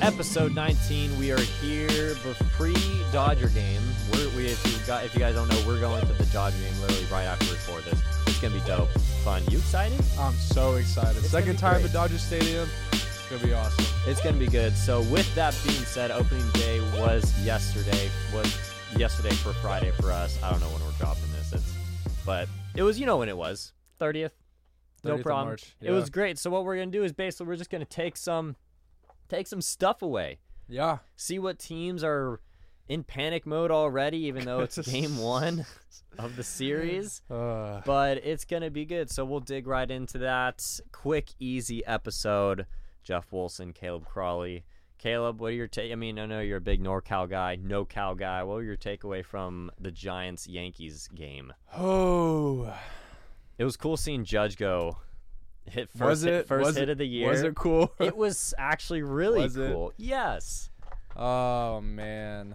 episode 19. We are here pre Dodger game. We're, we if you got if you guys don't know, we're going to the Dodger game literally right after we record this. It's gonna be dope, fun. You excited? I'm so excited. It's gonna Second be time great. at Dodger Stadium. It's gonna be awesome. It's gonna be good. So with that being said, opening day was yesterday. Was yesterday for Friday for us. I don't know when we're dropping this. It's, but it was you know when it was 30th. 30th no of problem. March. It was Yeah. great. So what we're gonna do is basically we're just gonna take some take some stuff away. Yeah. see what teams are in panic mode already, even though it's game one of the series. Uh, But it's gonna be good. So we'll dig right into that quick, easy episode. Jeff Wilson, Caleb Crawley. Caleb, what are your take? I mean, I know you're a big NorCal guy, no Cal guy. What were your takeaway from the Giants Yankees game? oh, It was cool seeing Judge go hit first was hit, it first was hit it- of the year. Was it cool? It was actually really Was it? cool. Yes. oh man.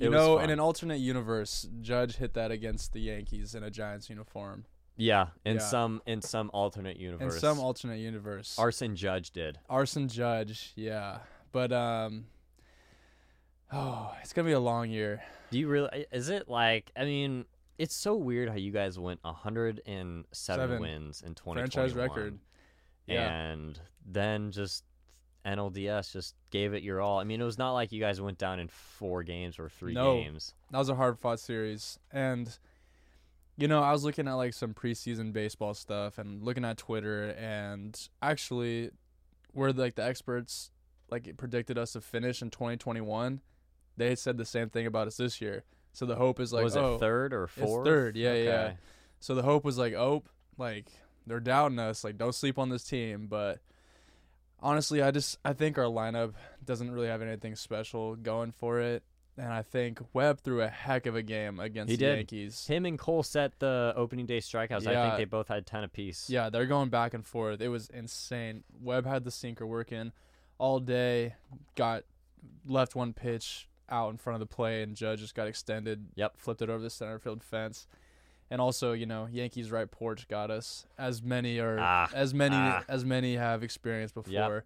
It You was know, in fun. an alternate universe, Judge hit that against the Yankees in a Giants uniform. Yeah, in Yeah. some in some alternate In universe. some alternate universe, Arson Judge did. Arson Judge, yeah. But um, oh, it's gonna be a long year. Do you really? Is it like? I mean, it's so weird how you guys went 107 Seven. wins in 2021. Franchise record. Yeah. And then just NLDS just gave it your all. I mean, it was not like you guys went down in four games or three No. games. That was a hard fought series. And, you know, I was looking at like some preseason baseball stuff and looking at Twitter, and actually, where like the experts like it predicted us to finish in 2021, they said the same thing about us this year. So the hope is like, was oh, it third or fourth? third, yeah, okay. yeah. so the hope was like, oh, like they're doubting us, like don't sleep on this team. But honestly, I just I think our lineup doesn't really have anything special going for it. And I think Webb threw a heck of a game against He the did. Yankees. Him and Cole set the opening day strikeouts. I think Yeah. they both had 10 apiece. Yeah, they're going back and forth. It was insane. Webb had the sinker working all day, got left one pitch out in front of the play, and Judge just got extended. Yep. Flipped it over the center field fence. And also, you know, Yankees right porch got us as many or Ah, as many ah. as many have experienced before.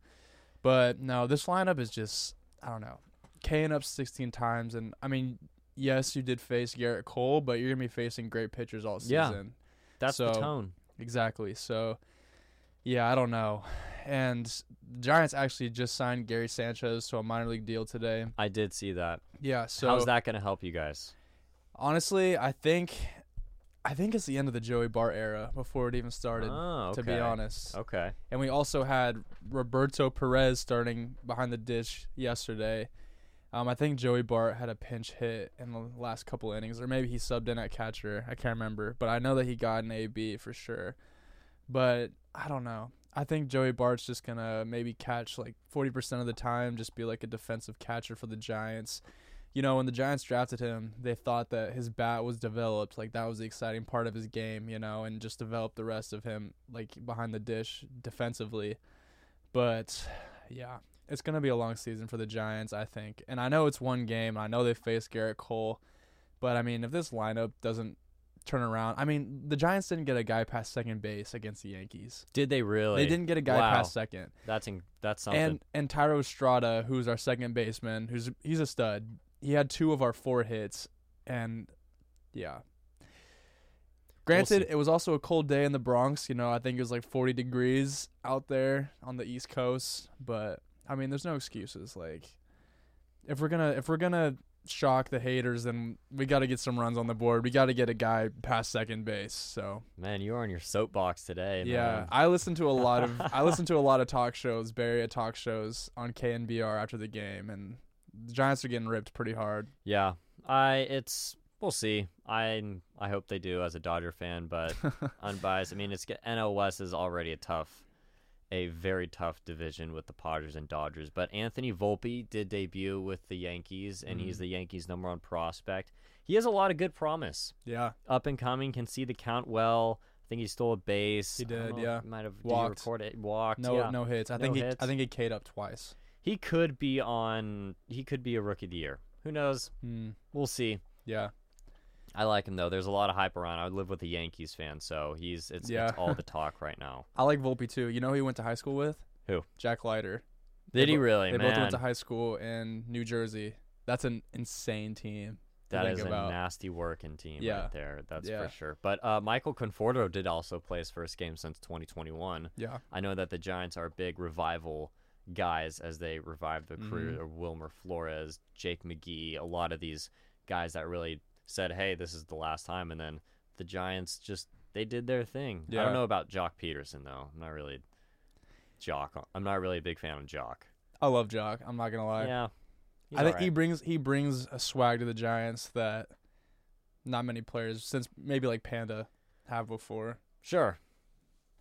But no, this lineup is just I don't know. K and up 16 times and I mean, yes, you did face Garrett Cole, but you're going to be facing great pitchers all season. Yeah. That's the So- tone. Exactly. So, yeah, I don't know. And the Giants actually just signed Gary Sanchez to a minor league deal today. I did see that. Yeah. So How's that going to help you guys? honestly, I think, I think it's the end of the Joey Bart era before it even started. Oh, To be okay. honest, Okay. and we also had Roberto Perez starting behind the dish yesterday. Um, I think Joey Bart had a pinch hit in the last couple innings, or maybe he subbed in at catcher. I can't remember, but I know that he got an AB for sure. But I don't know. I think Joey Bart's just gonna maybe catch like forty percent of the time, just be like a defensive catcher for the Giants. You know, when the Giants drafted him, they thought that his bat was developed, like that was the exciting part of his game, you know, and just develop the rest of him like behind the dish defensively. But yeah, it's gonna be a long season for the Giants, I think. And I know it's one game. I know they face Garrett Cole, but I mean, if this lineup doesn't turn around, I mean, the Giants didn't get a guy past second base against the Yankees. Did they really? They didn't get a guy Wow. past second. That's in, that's something. And and Tyro Estrada, who's our second baseman, who's he's a stud. He had two of our four hits, and yeah. Granted, see. it was also a cold day in the Bronx. You know, I think it was like 40 degrees out there on the East Coast. But I mean, there's no excuses. Like, if we're gonna if we're gonna shock the haters, then we got to get some runs on the board. We got to get a guy past second base. So man, you are on your soapbox today. yeah, man. I listen to a lot of I listen to a lot of talk shows, Barry at talk shows on KNBR after the game, and the Giants are getting ripped pretty hard. yeah. I it's we'll see. I I hope they do as a Dodger fan, but unbiased. I mean, it's get- NL West is already a tough, a very tough division with the Padres and Dodgers. But Anthony Volpe did debut with the Yankees, and he's Mhm. the Yankees' number one prospect. He has a lot of good promise. yeah, Up and coming, can see the count well. I think he stole a base. He I don't did, know, yeah. Might have Walked. Did he record it. Walked. no yeah. no hits. I No think he hits. I think he K'd up twice. He could be on. He could be a rookie of the year. Who knows? Hmm. We'll see. yeah, I like him though. There's a lot of hype around. I live with a Yankees fan, so he's it's, Yeah. it's all the talk right now. I like Volpe too. You know who he went to high school with? Who? Jack Leiter. Did They he bo- really, They man? both went to high school in New Jersey. That's an insane team. to That think is about. a nasty working team Yeah. right there. That's Yeah. for sure. But uh, Michael Conforto did also play his first game since 2021. Yeah. I know that the Giants are big revival guys as they revive the career Mhm. of Wilmer Flores, Jake McGee, a lot of these guys that really said, "Hey, this is the last time." And then the Giants just they did their thing. I Yeah. don't know about Jock Peterson though. I'm not really Jock. I'm not really a big fan of Jock. I love Jock. I'm not gonna lie. yeah, he's I think alright. he brings he brings a swag to the Giants that not many players since maybe like Panda have before. Sure.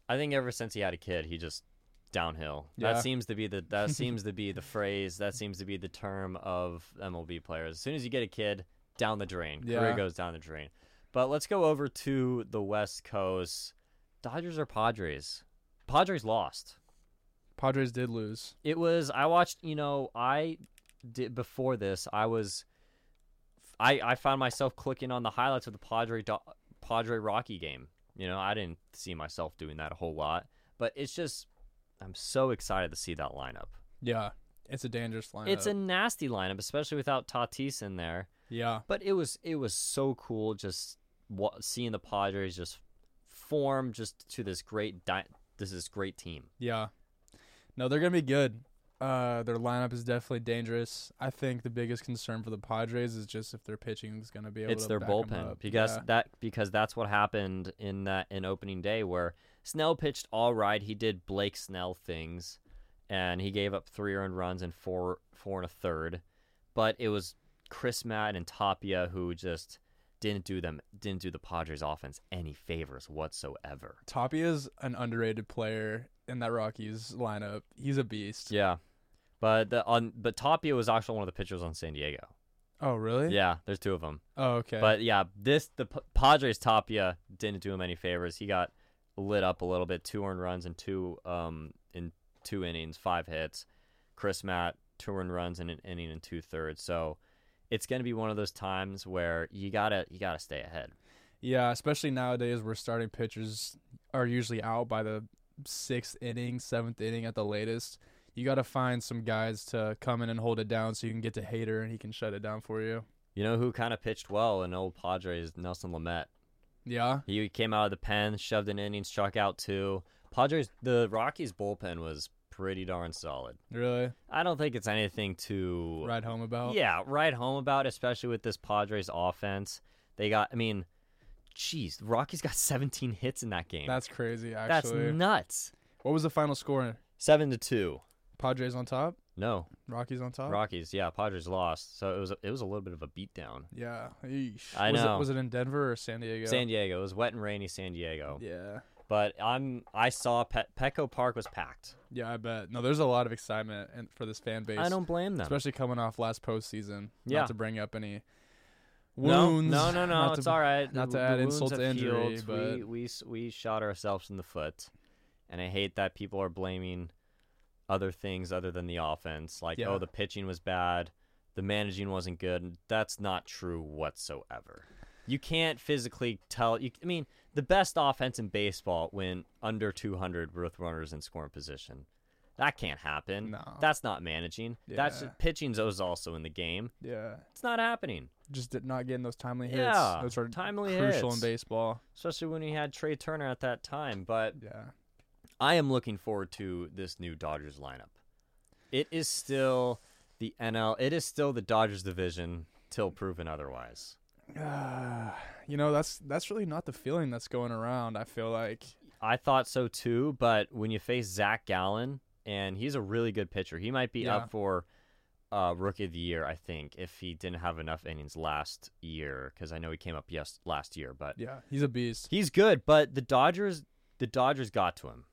I think ever since he had a kid, he just downhill. Yeah. That seems to be the that seems to be the phrase. That seems to be the term of MLB players. As soon as you get a kid, down the drain. Yeah. Career goes down the drain. But let's go over to the West Coast. Dodgers or Padres? Padres lost. Padres did lose. It was I watched, you know, I did before this, I was I I found myself clicking on the highlights of the Padre Do- Padre Rocky game. You know, I didn't see myself doing that a whole lot, but it's just I'm so excited to see that lineup. Yeah. It's a dangerous lineup. It's a nasty lineup, especially without Tatis in there. yeah. But it was it was so cool just wa seeing the Padres just form just to this great di- this is great team. Yeah. No, they're gonna be good. Uh, their lineup is definitely dangerous. I think the biggest concern for the Padres is just if their pitching is gonna be able it's to their back 'em bullpen up. because Yeah. that because that's what happened in that in opening day where Snell pitched all right. He did Blake Snell things, and he gave up three earned runs and four four and a third, but it was Chris Matt and Tapia who just didn't do them didn't do the Padres offense any favors whatsoever. Tapia's an underrated player in that Rockies lineup. He's a beast. Yeah, but the on but Tapia was actually one of the pitchers on San Diego. Oh really? Yeah, there's two of them. Oh okay. But yeah, this the P- Padres Tapia didn't do him any favors. He got lit up a little bit, two earned runs and two um in two innings, five hits. Chris Matt two earned runs in an inning and two thirds. So it's gonna be one of those times where you gotta you gotta stay ahead. Yeah, especially nowadays where starting pitchers are usually out by the sixth inning, seventh inning at the latest. You got to find some guys to come in and hold it down so you can get to Hater and he can shut it down for you. You know who kind of pitched well in old Padres? Nelson Lamet. Yeah. He came out of the pen, shoved an inning, struck out two. Padres, the Rockies bullpen was pretty darn solid. Really? I don't think it's anything to Ride home about? Yeah, right home about, especially with this Padres offense. They got, I mean, jeez, the Rockies got 17 hits in that game. That's crazy, That's actually. nuts. what was the final score? Seven to two. Padres on top? No, Rockies on top? Rockies. Yeah, Padres lost, so it was it was a little bit of a beatdown. yeah. Eesh. I was It, know. was it in Denver or San Diego? San Diego it was wet and rainy. San Diego, Yeah. but I'm I saw Pe- Petco Park was packed. Yeah, I bet. No, there's a lot of excitement and for this fan base. I don't blame them. especially coming off last postseason. Yeah. Not to bring up any no, wounds. no, no, no. not It's to- all right. not The- to the add wounds insult have to injury, healed. we, but- we s- we shot ourselves in the foot, and I hate that people are blaming other things other than the offense. Like, Yeah. oh, the pitching was bad, the managing wasn't good. That's not true whatsoever. You can't physically tell. You, I mean, the best offense in baseball went under 200 with runners in scoring position. That can't happen. No. That's not managing. That's Yeah. pitching's also in the game. Yeah. It's not happening. Just did not getting those timely hits. Yeah, Those are timely crucial in hits. baseball. especially when he had Trey Turner at that time. But Yeah. I am looking forward to this new Dodgers lineup. It is still the NL. It is still the Dodgers division till proven otherwise. you know, that's that's really not the feeling that's going around, I feel like. I thought so too, but when you face Zach Gallen, and he's a really good pitcher, he might be Yeah. up for uh, rookie of the year, I think, if he didn't have enough innings last year, because I know he came up yes last year, but Yeah. He's a beast. He's good, but the Dodgers, the Dodgers got to him.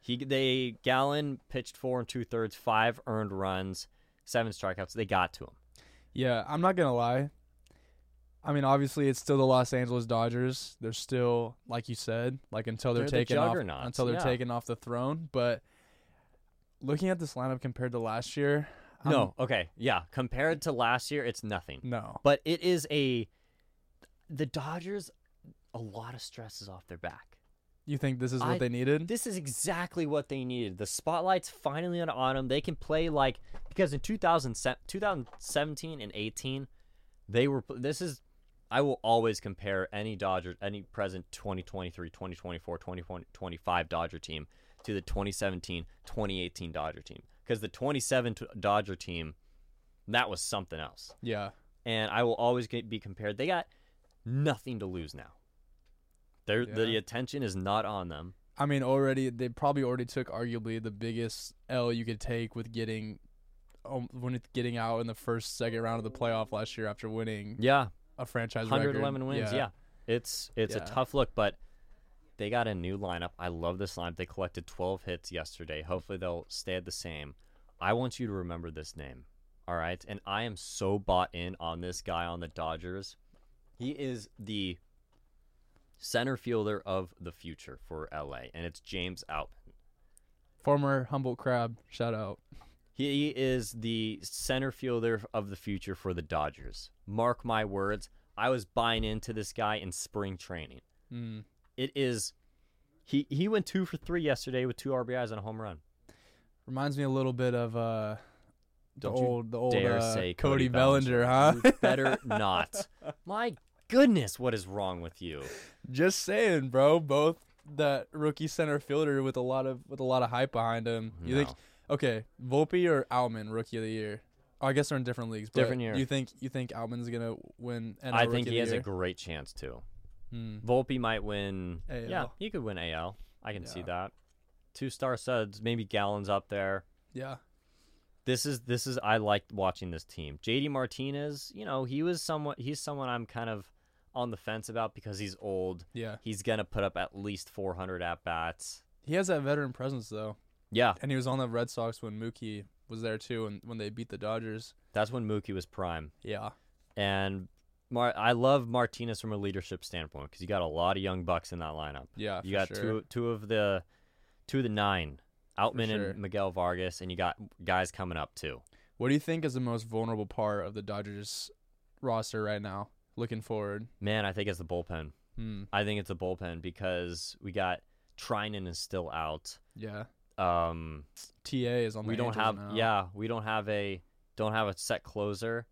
He they Gallon pitched four and two thirds, five earned runs, seven strikeouts. They got to him. Yeah, I'm not gonna lie. I mean, obviously, it's still the Los Angeles Dodgers. They're still, like you said, like until they're, They're the taken off juggernauts, until they're yeah. taken off the throne. But looking at this lineup compared to last year, I'm- no, okay, yeah. Compared to last year, it's nothing. no, But it is a the Dodgers. A lot of stress is off their back. You think this is what I- they needed? This is exactly what they needed. The spotlight's finally on, on them. They can play like because in 2000, 2017 and 18, they were this is I will always compare any Dodger any present 2023, 2024, 2025 Dodger team to the 2017, 2018 Dodger team because the 27 t- Dodger team that was something else. yeah. And I will always get, be compared. They got nothing to lose now. Their The Yeah. attention is not on them. I mean, already they probably already took arguably the biggest L you could take with getting, um, when it's getting out in the first second round of the playoff last year after winning Yeah, a franchise record. 111 wins. Yeah. It's it's Yeah. a tough look, but they got a new lineup. I love this lineup. They collected 12 hits yesterday. Hopefully they'll stay at the same. I want you to remember this name. All right? And I am so bought in on this guy on the Dodgers. He is the center fielder of the future for LA, and it's James Outman. Former Humboldt Crab, shout out. He is the center fielder of the future for the Dodgers. Mark my words. I was buying into this guy in spring training. Mm. it is he he went two for three yesterday with two RBIs and a home run. Reminds me a little bit of uh, the Don't you old the old dare uh, say Cody Cody, Bellinger, Bellinger. huh? You better not. My goodness, what is wrong with you? Just saying, bro. Both that rookie center fielder with a lot of with a lot of hype behind him. You think No. okay, Volpe or Alman rookie of the year? Oh, I guess they're in different leagues. But Different year. You think you think Alman's gonna win? NL I think Rookie he of has the a year? great chance too. Hmm. Volpe might win. Yeah, AL. he could win AL. I can see Yeah. that. Two star suds, maybe Gallon's up there. Yeah, This is this is I liked watching this team. JD Martinez, you know, he was someone he's someone I'm kind of on the fence about because he's old. yeah. He's gonna put up at least 400 at bats. He has that veteran presence though, Yeah, and he was on the Red Sox when Mookie was there too, and when they beat the Dodgers. That's when Mookie was prime. Yeah, And Mar- I love Martinez from a leadership standpoint because you got a lot of young bucks in that lineup. yeah. you for got sure. two two of the two of the nine, Outman sure. and Miguel Vargas, and you got guys coming up too. What do you think is the most vulnerable part of the Dodgers roster right now? Looking forward, Man, I think it's the bullpen. hmm. I think it's the bullpen because we got Trinan is still out. yeah. Um, Ta is on. we the don't Angels have now. yeah, we don't have a don't have a set closer.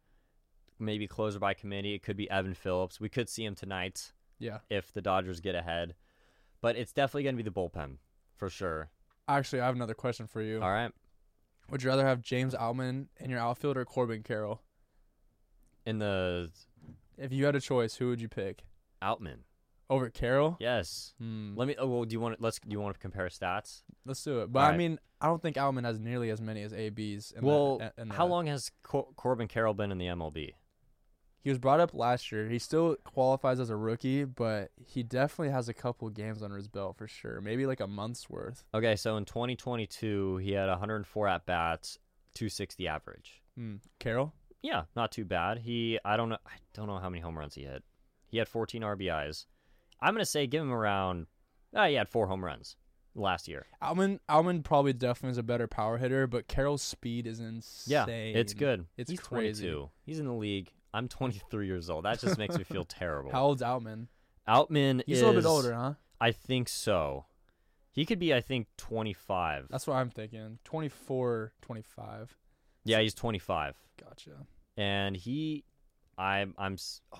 Maybe closer by committee. It could be Evan Phillips. We could see him tonight. yeah. if the Dodgers get ahead. But it's definitely going to be the bullpen for sure. Actually, I have another question for you. All right. Would you rather have James Alman in your outfield or Corbin Carroll? In the If you had a choice, who would you pick Outman. over Carroll? Yes. Hmm. Let me oh well do you want to let's do you want to compare stats? Let's do it. But I Alright. mean, I don't think Alman has nearly as many as ABs. In well, the, in how the- long has Cor- Corbin Carroll been in the MLB? He was brought up last year. He still qualifies as a rookie, but he definitely has a couple games under his belt for sure. Maybe like a month's worth. Okay, so in 2022 he had 104 at bats, 260 average. Hmm. Carroll? Yeah, not too bad. He I don't know I don't know how many home runs he hit. He had 14 RBIs. I'm going to say give him around uh, he had 4 home runs last year. Alman Alman probably definitely is a better power hitter, but Carroll's speed is insane. Yeah, it's good. It's He's crazy. 22. He's in the league. I'm 23 years old. That just makes me feel terrible. How old's Alman? Outman He's is a little bit older, huh? I think so. He could be, I think, 25. That's what I'm thinking. 24, 25. yeah, he's 25, Gotcha. and he, I'm, I'm. s- Oh,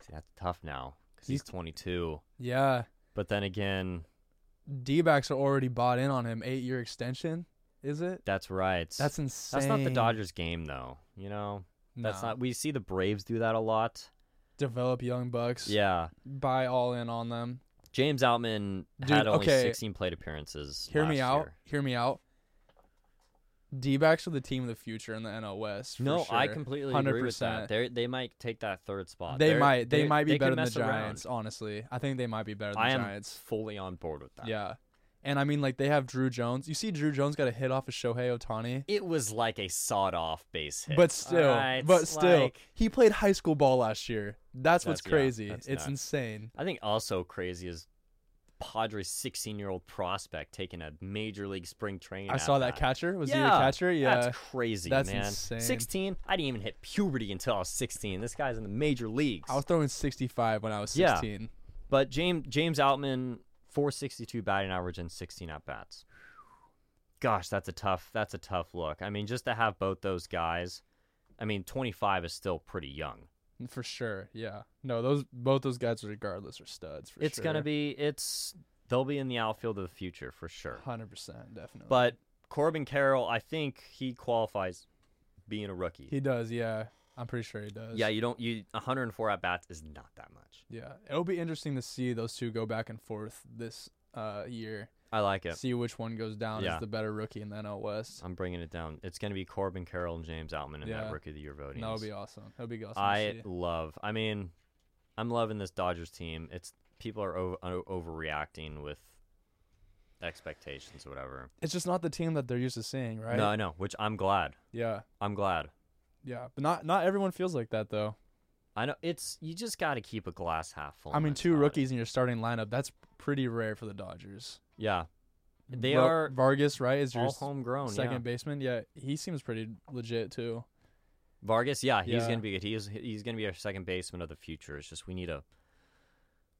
see, that's tough now because he's He's- 22. Yeah. But then again, D backs are already bought in on him. Eight year extension, is it? that's right. That's insane. that's not the Dodgers game though. You know, that's Nah. not. We see the Braves do that a lot. Develop young bucks. Yeah, Buy all in on them. James Outman Dude, had only okay. 16 plate appearances. Hear me last out. year. Hear me out. D backs are the team of the future in the NL West. for No, I sure. completely agree with that. 100%. They they might take that third spot. They They're- might. They, might be they could better than the mess around. Giants. Honestly, I think they might be better than I the am Giants. fully on board with that. Yeah. And I mean, like, they have Drew Jones. You see, Drew Jones got a hit off of Shohei Otani. It was like a sawed off base hit. But still, Alright, but still, like- he played high school ball last year. That's, what's That's- yeah, crazy. that's it's nuts. insane. I think also crazy is Padres 16 year old prospect taking a major league spring training. I saw that at-bat. catcher. Was he a Yeah, catcher? Yeah. That's crazy, That's man. insane. 16? I didn't even hit puberty until I was 16. This guy's in the major leagues. I was throwing 65 when I was Yeah. 16. But James James Outman 462 batting average and 16 at bats. Gosh, that's a tough that's a tough look. I mean, just to have both those guys. I mean, 25 is still pretty young. for sure. Yeah. No, those both those guys, regardless, are studs. For it's sure. gonna be it's they'll be in the outfield of the future for sure. hundred percent, definitely. But Corbin Carroll, I think he qualifies being a rookie. he does. Yeah, I'm pretty sure he does. yeah, you don't you 104 at bats is not that much. Yeah. It'll be interesting to see those two go back and forth this uh year. I like it. See which one goes down Yeah. as the better rookie in the NL West. I'm bringing it down. It's going to be Corbin Carroll and James Outman in Yeah. that Rookie of the Year voting. That would be awesome. That would be awesome. to I see. love. I mean, I'm loving this Dodgers team. It's people are o- o- overreacting with expectations or whatever. It's just not the team that they're used to seeing, right? No, I know. Which I'm glad. Yeah. I'm glad. Yeah. But not not everyone feels like that though. I know it's you just got to keep a glass half full. I mean, two mentality. rookies in your starting lineup. That's pretty rare for the Dodgers. Yeah, they Ro- are Vargas, right? Is your all s- homegrown. second yeah. baseman? Yeah, he seems pretty legit too. Vargas. Yeah, he's Yeah. gonna be good. He's he's gonna be our second baseman of the future. It's just we need a.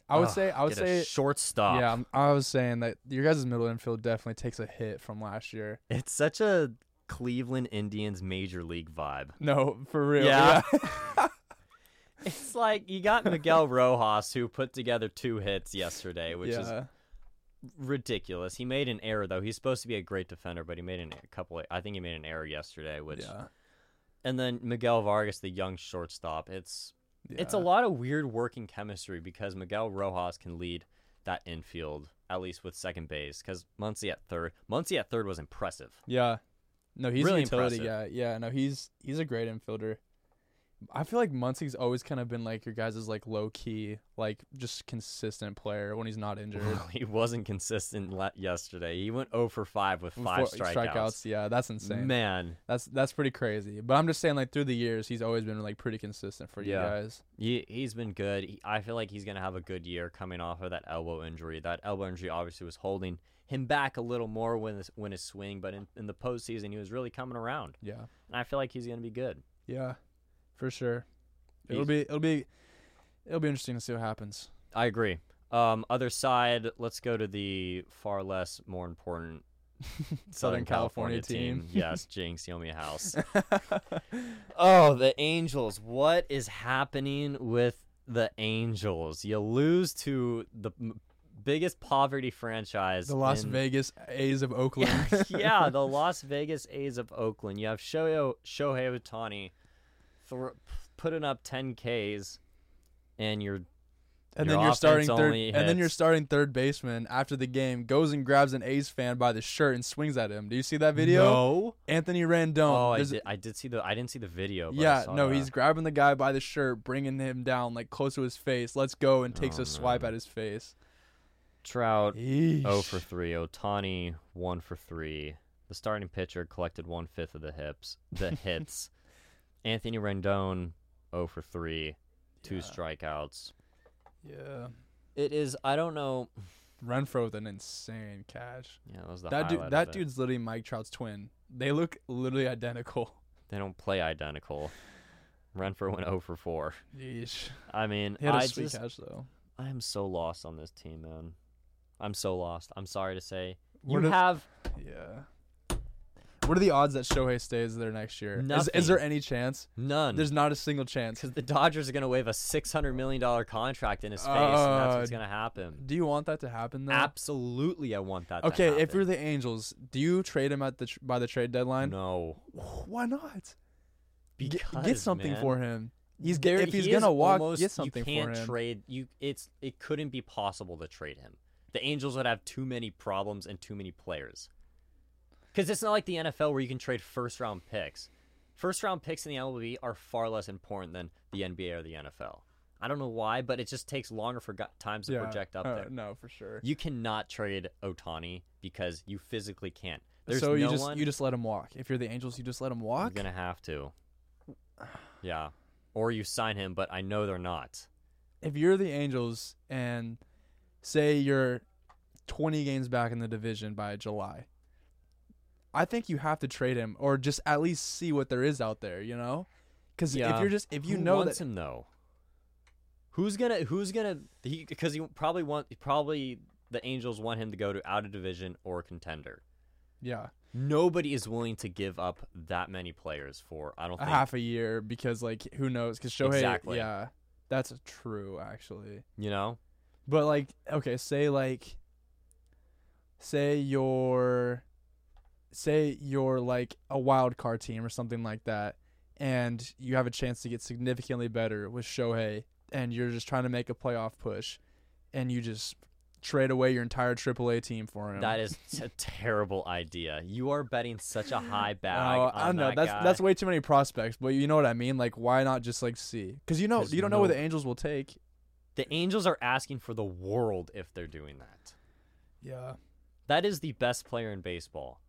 I would Ugh, say. I would get a say. shortstop. Yeah, I'm- I was saying that your guys' middle infield definitely takes a hit from last year. It's such a Cleveland Indians major league vibe. No, for real. Yeah. It's like you got Miguel Rojas who put together two hits yesterday, which is Yeah. ridiculous. He made an error though. He's supposed to be a great defender, but he made an, a couple. I think he made an error yesterday, which Yeah. and then Miguel Vargas, the young shortstop. It's it's a Yeah. lot of weird working chemistry because Miguel Rojas can lead that infield at least with second base because Muncy at third. Muncy at third was impressive. Yeah. No, he's Really a utility impressive. guy. Yeah, no, he's he's a great infielder. I feel like Muncie's always kind of been like your guys' like low key, like just consistent player when he's not injured. Well, he wasn't consistent le- yesterday. He went 0 for 5 with With five four strikeouts. Yeah, that's insane. Man, That's that's pretty crazy. But I'm just saying, like through the years, he's always been like pretty consistent for Yeah. you guys. He he's been good. He, I feel like he's gonna have a good year coming off of that elbow injury. That elbow injury obviously was holding him back a little more when his, when his swing, but in, in the postseason he was really coming around, Yeah, and I feel like he's gonna be good. yeah, for sure. It'll He's- be it'll be it'll be interesting to see what happens. I agree. Um, other side, let's go to the far less more important Southern, California, team. yes, Jinx, you owe me a house. Oh, the Angels. What is happening with the Angels? You lose to the m- biggest poverty franchise. the Las in- Vegas A's of Oakland. yeah, the Las Vegas A's of Oakland. You have Shohei, Shohei Otani thr- putting up 10 Ks, and you're and Your then you're offense starting third, only and then your hits- starting third baseman after the game goes and grabs an A's fan by the shirt and swings at him. Do you see that video? No. Anthony Rendon. Oh, I There's- did, I did see the. I didn't see the video. But I yeah, saw no, that. he's grabbing the guy by the shirt, bringing him down like close to his face. Let's go and takes Oh, a swipe man. at his face. Trout. 0 Oh, for 3. Otani, 1 for 3. The starting pitcher collected one fifth of the hips, the hits. Anthony Rendon, 0 for 3, two Yeah. strikeouts. Yeah. It is, I don't know. Renfro with an insane catch. Yeah, that was the that highlight dude, of that it. dude's literally Mike Trout's twin. They look literally identical. They don't play identical. Renfro went 0 for 4. Yeesh. I mean, He had a I sweet just, catch though. I am so lost on this team, man. I'm so lost. I'm sorry to say. You What if- have Yeah. What are the odds that Shohei stays there next year? Is, Nothing. Hmm. is there any chance? none. There's not a single chance. because the Dodgers are going to wave a six hundred million dollar contract in his face, and that's what's Uh, going to happen. Do you want that to happen though? Absolutely, I want that. okay, to if happen. you're the Angels, do you trade him at the tr- by the trade deadline? no, Why not? G- because get something man, for him. He's there- if he's he gonna is walk, almost, get something you for can't him. Trade you. It's it couldn't be possible to trade him. The Angels would have too many problems and too many players. Because it's not like the NFL where you can trade first round picks. First round picks in the MLB are far less important than the NBA or the NFL. I don't know why, but it just takes longer for gu- times to Yeah, project up uh, there. No, for sure. You cannot trade Otani because you physically can't. There's so you no just one. you just let him walk. If you're the Angels, you just let him walk. You're gonna have to. Yeah. Or you sign him, but I know they're not. If you're the Angels and say you're 20 games back in the division by July, I think you have to trade him or just at least see what there is out there. You know, because if Yeah. you're just if you Who know wants that him though. Who's gonna? Who's gonna? Because he, 'cause he probably want. Probably the Angels want him to go to out of division or contender. Yeah, Nobody is willing to give up that many players for. I don't a think half a year because like who knows? Because Shohei, Exactly. yeah, that's true actually. you know. But like, okay, say like, say you're, say you're like a wild card team or something like that, and you have a chance to get significantly better with Shohei, and you're just trying to make a playoff push, and you just trade away your entire AAA team for him. That is a terrible idea. You are betting such a high bag. Oh, on I don't know. that That's guy. that's way too many prospects, but you know what I mean. Like, why not just like see? Because you know 'Cause you don't know what no- the Angels will take. the Angels are asking for the world if they're doing that. Yeah, That is the best player in baseball.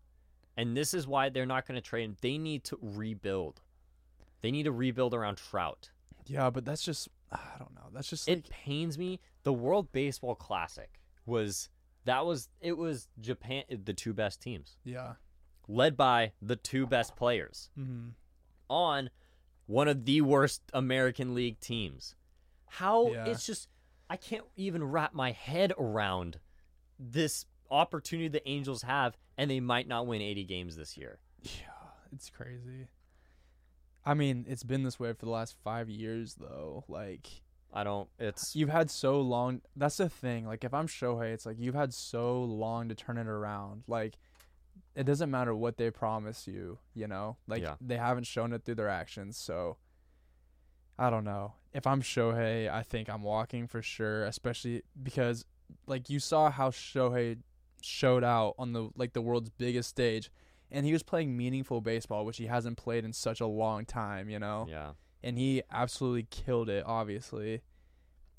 And this is why they're not going to trade him. They need to rebuild. They need to rebuild around Trout. yeah, but that's just I don't know. That's just It like pains me. The World Baseball Classic was that was it was Japan the two best teams yeah. led by the two best players Mm-hmm. on one of the worst American League teams. How Yeah. it's just I can't even wrap my head around this opportunity the Angels have and they might not win 80 games this year. Yeah, it's crazy. I mean, it's been this way for the last five years, though. Like, I don't. It's you've had so long. That's the thing. Like, if I'm Shohei, it's like you've had so long to turn it around. Like, it doesn't matter what they promise you, you know? Like, Yeah. they haven't shown it through their actions. So, I don't know. If I'm Shohei, I think I'm walking for sure, especially because, like, you saw how Shohei showed out on the like the world's biggest stage and he was playing meaningful baseball which he hasn't played in such a long time you know yeah. and he absolutely killed it. Obviously,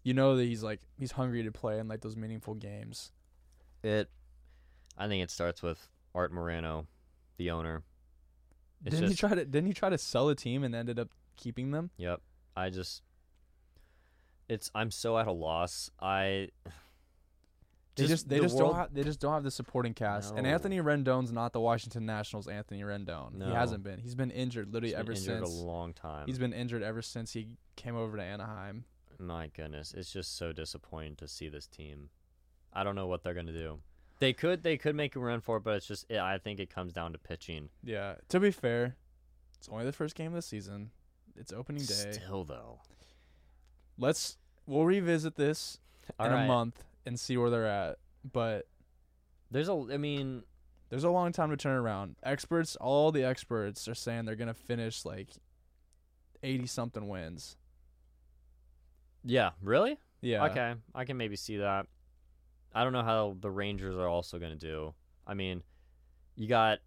you know that he's like he's hungry to play in like those meaningful games. It. I think it starts with Art Morano, the owner. It's didn't just- he try to didn't he try to sell a team and ended up keeping them? Yep. I just. It's. I'm so at a loss. I. They just they the just world- don't have, they just don't have the supporting cast. And No. Anthony Rendon's not the Washington Nationals. Anthony Rendon, No. he hasn't been. He's been injured literally he's been ever injured since. a long time. He's been injured ever since he came over to Anaheim. My goodness, it's just so disappointing to see this team. I don't know what they're gonna do. They could. They could make a run for it, but it's just. It, I think it comes down to pitching. Yeah. To be fair, it's only the first game of the season. It's opening day. Still though. Let's we'll revisit this All in right. a month and see where they're at. But There's a. I mean, There's a long time to turn around. Experts, all the experts are saying they're gonna finish like eighty something wins. yeah. Really. Yeah. Okay, I can maybe see that. I don't know how the Rangers are also going to do. I mean, you got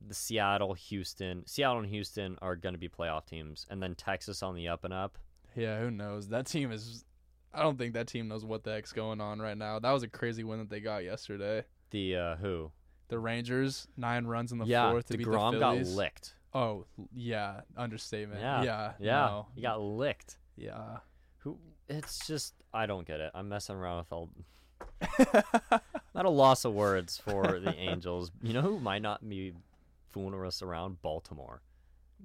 the Seattle, Houston. Seattle and Houston are going to be playoff teams, and then Texas on the up and up. Yeah. Who knows? That team is. I don't think that team knows what the heck's going on right now. That was a crazy win that they got yesterday. The uh, who? The Rangers nine runs in the yeah, fourth to beat the Degrom got Phillies. licked. Oh yeah, understatement. Yeah, Yeah. Yeah, no. he got licked. Yeah. Who? It's just I don't get it. I'm messing around with all. Not a loss of words for the Angels. You know who might not be fooling us around? Baltimore.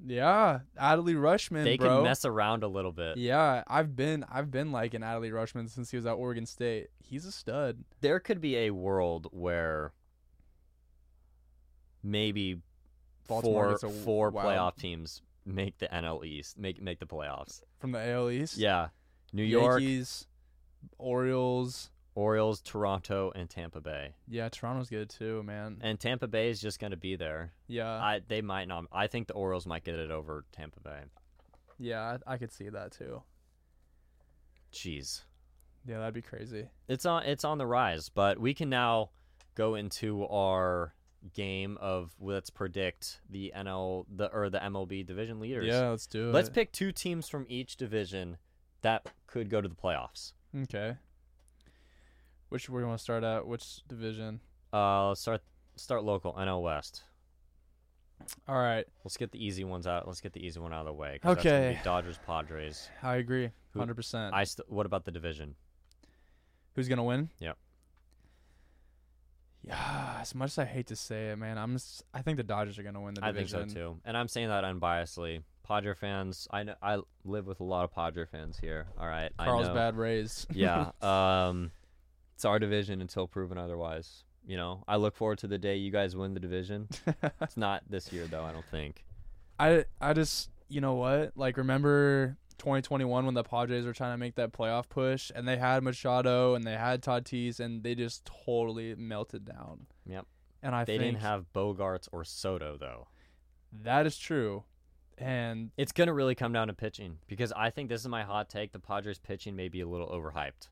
yeah. Adley Rushman, They bro. can mess around a little bit. yeah, I've been I've been liking Adley Rushman since he was at Oregon State. He's a stud. there could be a world where maybe Baltimore four gets a four wild- playoff teams make the NL East, make make the playoffs. from the AL East. Yeah, New York, Yankees, Orioles. Orioles, Toronto, and Tampa Bay. Yeah, Toronto's good too, man. And Tampa Bay is just going to be there. Yeah, I they might not. I think the Orioles might get it over Tampa Bay. yeah, I, I could see that too. Jeez, Yeah, that'd be crazy. it's on it's on the rise. But we can now go into our game of let's predict the NL the or the MLB division leaders. Yeah, let's do it. Let's pick two teams from each division that could go to the playoffs. Okay. Which we're gonna start at? Which division? Uh, let's start start local NL West. All right, Let's get the easy ones out. Let's get the easy one out of the way. 'cause that's gonna Okay. be Dodgers, Padres. I agree, Who- hundred percent. I. St- what about the division? Who's gonna win? Yep. Yeah, as much as I hate to say it, man, I'm. Just, I think the Dodgers are gonna win the I division. think so too. And I'm saying that unbiasedly. Padre fans. I know. I live with a lot of Padre fans here. All right. I know. Carlsbad Rays. yeah. Um, it's our division until proven otherwise. You know, I look forward to the day you guys win the division. it's not this year though, I don't think. I I just you know what? Like remember 2021 when the Padres were trying to make that playoff push and they had Machado and they had Tatis and they just totally melted down. Yep. And I they think didn't have Bogarts or Soto though. that is true. And It's gonna really come down to pitching because I think this is my hot take. The Padres pitching may be a little overhyped.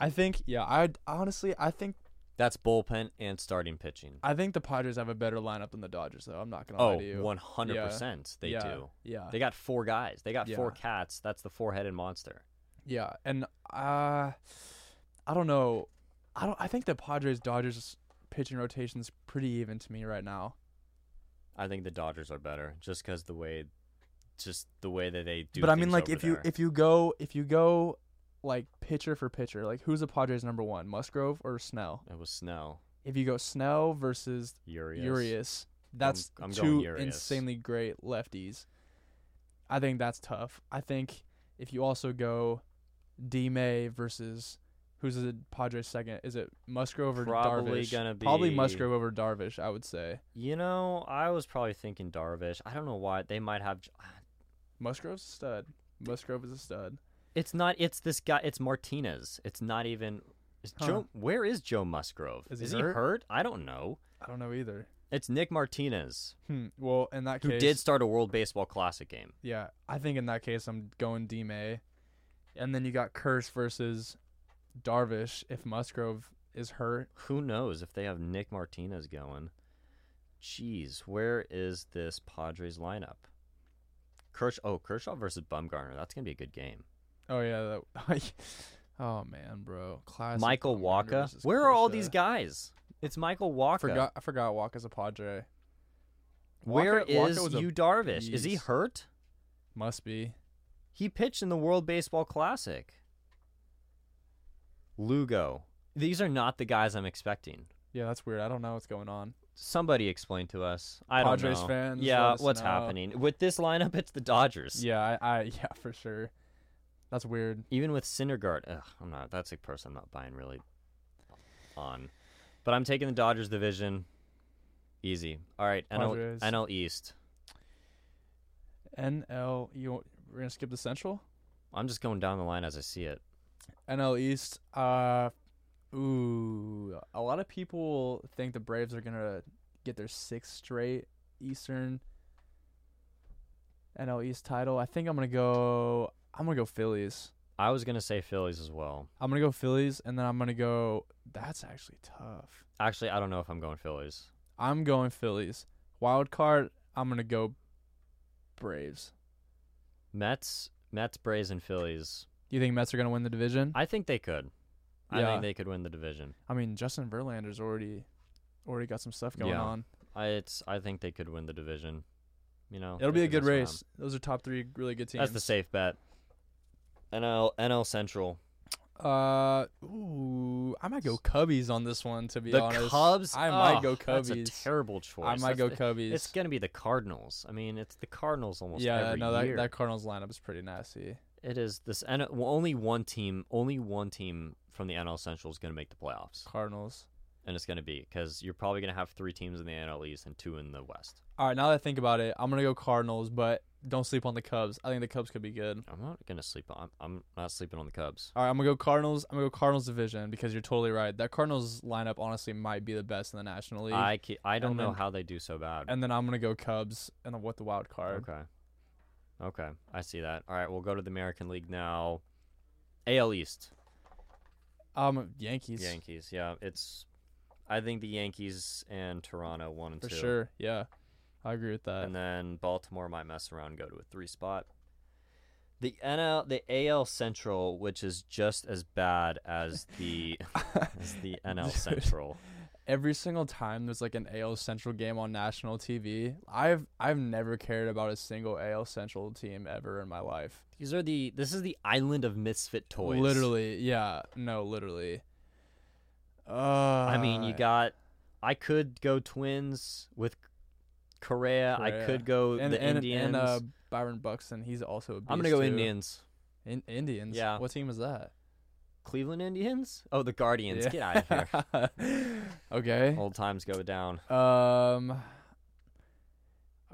I think yeah, I honestly I think That's bullpen and starting pitching. I think the Padres have a better lineup than the Dodgers though. I'm not going to Oh, lie to you. 100% they Yeah, do. Yeah. They got four guys. They got four Yeah. cats. That's the four-headed monster. Yeah, and uh, I don't know. I don't. I think the Padres Dodgers pitching rotation is pretty even to me right now. I think the Dodgers are better just because the way, just the way that they do. but I mean, things like over if you there. if you go if you go like pitcher for pitcher, like who's the Padres number one, Musgrove or Snell? it was Snow, If you go Snell versus Urias, Urias, that's I'm going two Urias. insanely great lefties. I think that's tough. I think if you also go D May versus who's the Padres second? Is it Musgrove or probably Darvish? gonna be Probably Musgrove over Darvish, I would say. You know, I was probably thinking Darvish. I don't know why they might have. Musgrove's a stud. Musgrove is a stud. It's not. It's this guy. It's Martinez. It's not even. Is Huh. Joe, where is Joe Musgrove? Is he is hurt? I don't know. I don't know either. It's Nick Martinez Hmm. Well, in that who case, did start a World Baseball Classic game. yeah, I think in that case I'm going D May, and then you got Curse versus Darvish if Musgrove is hurt. Who knows if they have Nick Martinez going? Jeez, where is this Padres lineup? Kersh- oh, Kershaw versus Bumgarner. That's gonna be a good game. Oh yeah. That, oh man, bro. Classic. Michael Bumgarner Waka. versus Where are all these Kershaw. guys? It's Michael Waka. Forgot. I forgot Waka's a Padre. Where Waka- Waka is was a you Darvish? Is he beast. hurt? Must be. He pitched in the World Baseball Classic. Lugo. These are not the guys I'm expecting. Yeah, that's weird. I don't know what's going on. Somebody explain to us. I don't Padres know. fans, let yeah, us what's know. happening with this lineup? It's the Dodgers. Yeah, I, I yeah for sure. That's weird. even with Syndergaard, ugh, I'm not. That's a person I'm not buying really on. But I'm taking the Dodgers division. Easy. All right, NL, Padres. NL East. NL, you want- we're gonna skip the Central. I'm just going down the line as I see it. NL East. Uh, ooh, a lot of people think the Braves are gonna get their sixth straight Eastern NL East title. I think I'm gonna go. I'm gonna go Phillies. I was gonna say Phillies as well. I'm gonna go Phillies, and then I'm gonna go. That's actually tough. Actually, I don't know if I'm going Phillies. I'm going Phillies. Wild card. I'm gonna go Braves. Mets, Mets, Braves, and Phillies. Do you think Mets are gonna win the division? I think they could. I Yeah. think they could win the division. I mean, Justin Verlander's already already got some stuff going Yeah. on. I it's I think they could win the division. You know, It'll they be a could good mess around. race. Those are top three really good teams. That's the safe bet. NL NL Central. uh, ooh, I might go Cubbies on this one. To be the honest, Cubs. I might Ugh, go That's a Cubbies. terrible choice. I might That's go the- Cubbies. It's gonna be the Cardinals. I mean, it's the Cardinals almost yeah, every no, that, year. that Cardinals lineup is pretty nasty. It is this. N- well, only one team, only one team from the NL Central is gonna make the playoffs, Cardinals. and it's gonna be because you're probably gonna have three teams in the NL East and two in the West. All right, now that I think about it, I'm gonna go Cardinals, but don't sleep on the Cubs. I think the Cubs could be good. I'm not gonna sleep on. I'm not sleeping on the Cubs. All right, I'm gonna go Cardinals. I'm gonna go Cardinals division because you're totally right. That Cardinals lineup honestly might be the best in the National League. I ca- I don't And know then- how they do so bad. and then I'm gonna go Cubs and then what the wild card. Okay. Okay. I see that. All right. We'll go to the American League now. AL East. Um, Yankees Yankees. Yeah. It's. I think the Yankees and Toronto one and for two. sure. Yeah, I agree with that. And then Baltimore might mess around and go to a three spot. The NL, the AL Central, which is just as bad as the as the NL Dude. Central. every single time there's like an AL Central game on national TV, I've I've never cared about a single AL Central team ever in my life. These are the. This is the island of misfit toys. Literally, yeah, no, literally. Uh, I mean, you got. I could go Twins with Correa. I Correa. could go and, the and, Indians. and uh, Byron Buxton. He's also a beast I'm gonna go too. Indians. In- Indians. Yeah. What team is that? Cleveland Indians? Oh, the Guardians. Get out of here. here. okay. Old times go down. Um.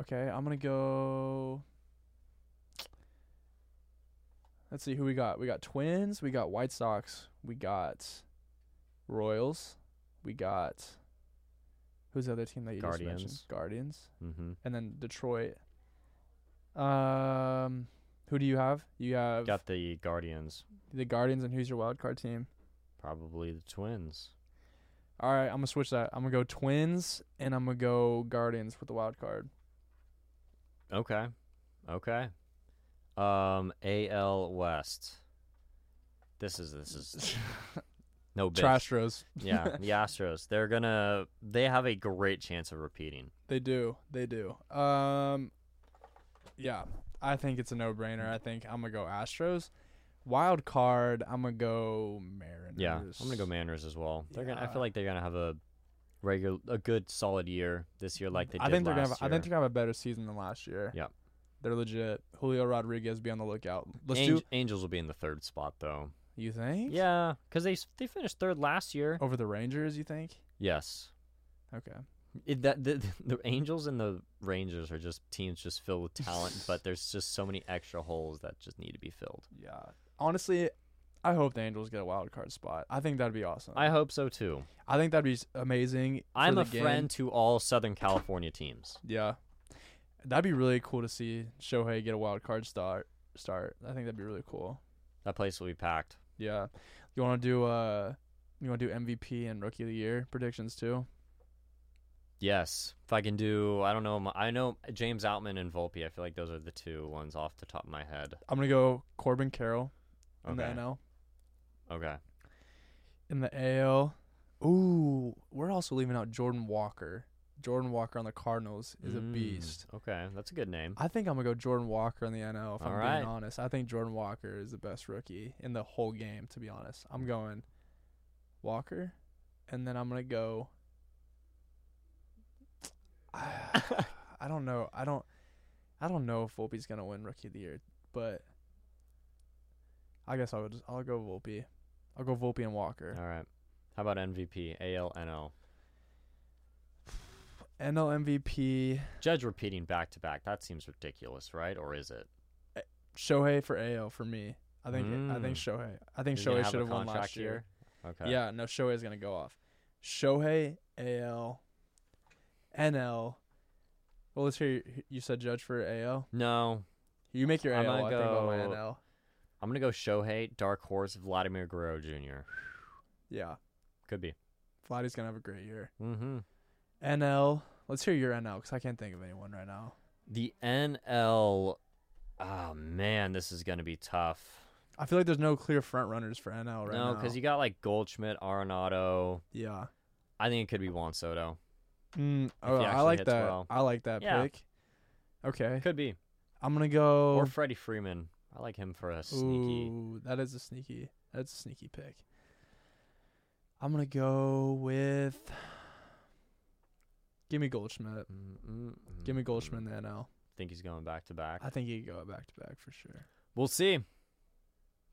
Okay, I'm gonna go. Let's see who we got. We got Twins. We got White Sox. We got Royals. We got who's the other team that you just mentioned? Guardians. Guardians. hmm And then Detroit. Um, who do you have? You have Got the Guardians. the Guardians, and who's your wild card team? Probably the Twins. All right, I'm gonna switch that. I'm gonna go Twins, and I'm gonna go Guardians with the wild card. Okay. Okay. Um, AL West. This is this is no bitch. Trastros. yeah, the Astros. They're gonna. They have a great chance of repeating. They do. They do. Um, yeah, I think it's a no-brainer. I think I'm gonna go Astros. Wild card. I'm gonna go Mariners. Yeah, I'm gonna go Mariners as well. They're gonna. I Yeah. feel like they're gonna have a regular, a good, solid year this year, like they did I think they're last gonna. Have, year. I think they're gonna have a better season than last year. Yeah. They're legit. Julio Rodriguez, be on the lookout. Let's Ang- do. Angels will be in the third spot though. You think? Yeah, because they s- they finished third last year. Over the Rangers, you think? Yes, Okay. it, that the, the Angels and the Rangers are just teams just filled with talent, but there's just so many extra holes that just need to be filled. Yeah. Honestly, I hope the Angels get a wild card spot. I think that'd be awesome. I hope so too. I think that'd be s- amazing. for I'm Uh, the a game. friend to all Southern California teams. Yeah, that'd be really cool to see Shohei get a wild card start. Start. I think that'd be really cool. That place will be packed. Yeah. You want to do uh, you want to do MVP and Rookie of the Year predictions too? Yes, if I can do, I don't know. my- I know James Outman and Volpe. I feel like those are the two ones off the top of my head. I'm gonna go Corbin Carroll in Okay. the NL. Okay. In the AL, ooh, we're also leaving out Jordan Walker. Jordan Walker on the Cardinals is a Mm, beast. Okay, that's a good name. I think I'm gonna go Jordan Walker in the NL. If All I'm right. being honest, I think Jordan Walker is the best rookie in the whole game. To be honest, I'm going Walker, and then I'm gonna go. I don't know. I don't. I don't know if Volpe's gonna win Rookie of the Year, but I guess I'll just I'll go Volpe. I'll go Volpe and Walker. All right. How about MVP? AL NL. NL MVP Judge repeating back to back. That seems ridiculous, right? Or is it? Shohei for AL for me. I think I Mm. think Shohei. I think Is he gonna Shohei should a have won last contract year. Okay. Yeah, no, Shohei's gonna go off. Shohei, AL, NL. Well, let's hear. y- You said judge for AL. No, You make your I'm AL. I gonna think about my go- NL. I'm gonna go Shohei, dark horse, Vladimir Guerrero Jr. Yeah, Could be. Vladdy's gonna have a great year. Mm-hmm. NL. Let's hear your NL because I can't think of anyone right now. The NL. Oh man, this is gonna be tough. I feel like there's no clear front runners for NL right no, now. because you got like Goldschmidt, Arenado. yeah. I think it could be Juan Soto. Mm, oh, he I actually like hits that. well. I like that Yeah. pick. Okay, Could be. I'm gonna go. Or Freddie Freeman. I like him for a sneaky. Oh. Ooh, that is a sneaky. That's a sneaky pick. I'm gonna go with. Give me Goldschmidt. Mm-mm-mm. Give me Goldschmidt in the NL. Think he's going back to back. I think he could go back to back for sure. We'll see.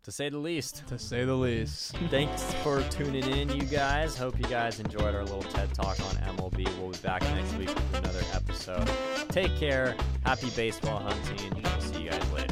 To say the least. To say the least. Thanks for tuning in, you guys. Hope you guys enjoyed our little TED talk on MLB. We'll be back next week with another episode. Take care. Happy baseball hunting. and We'll see you guys later.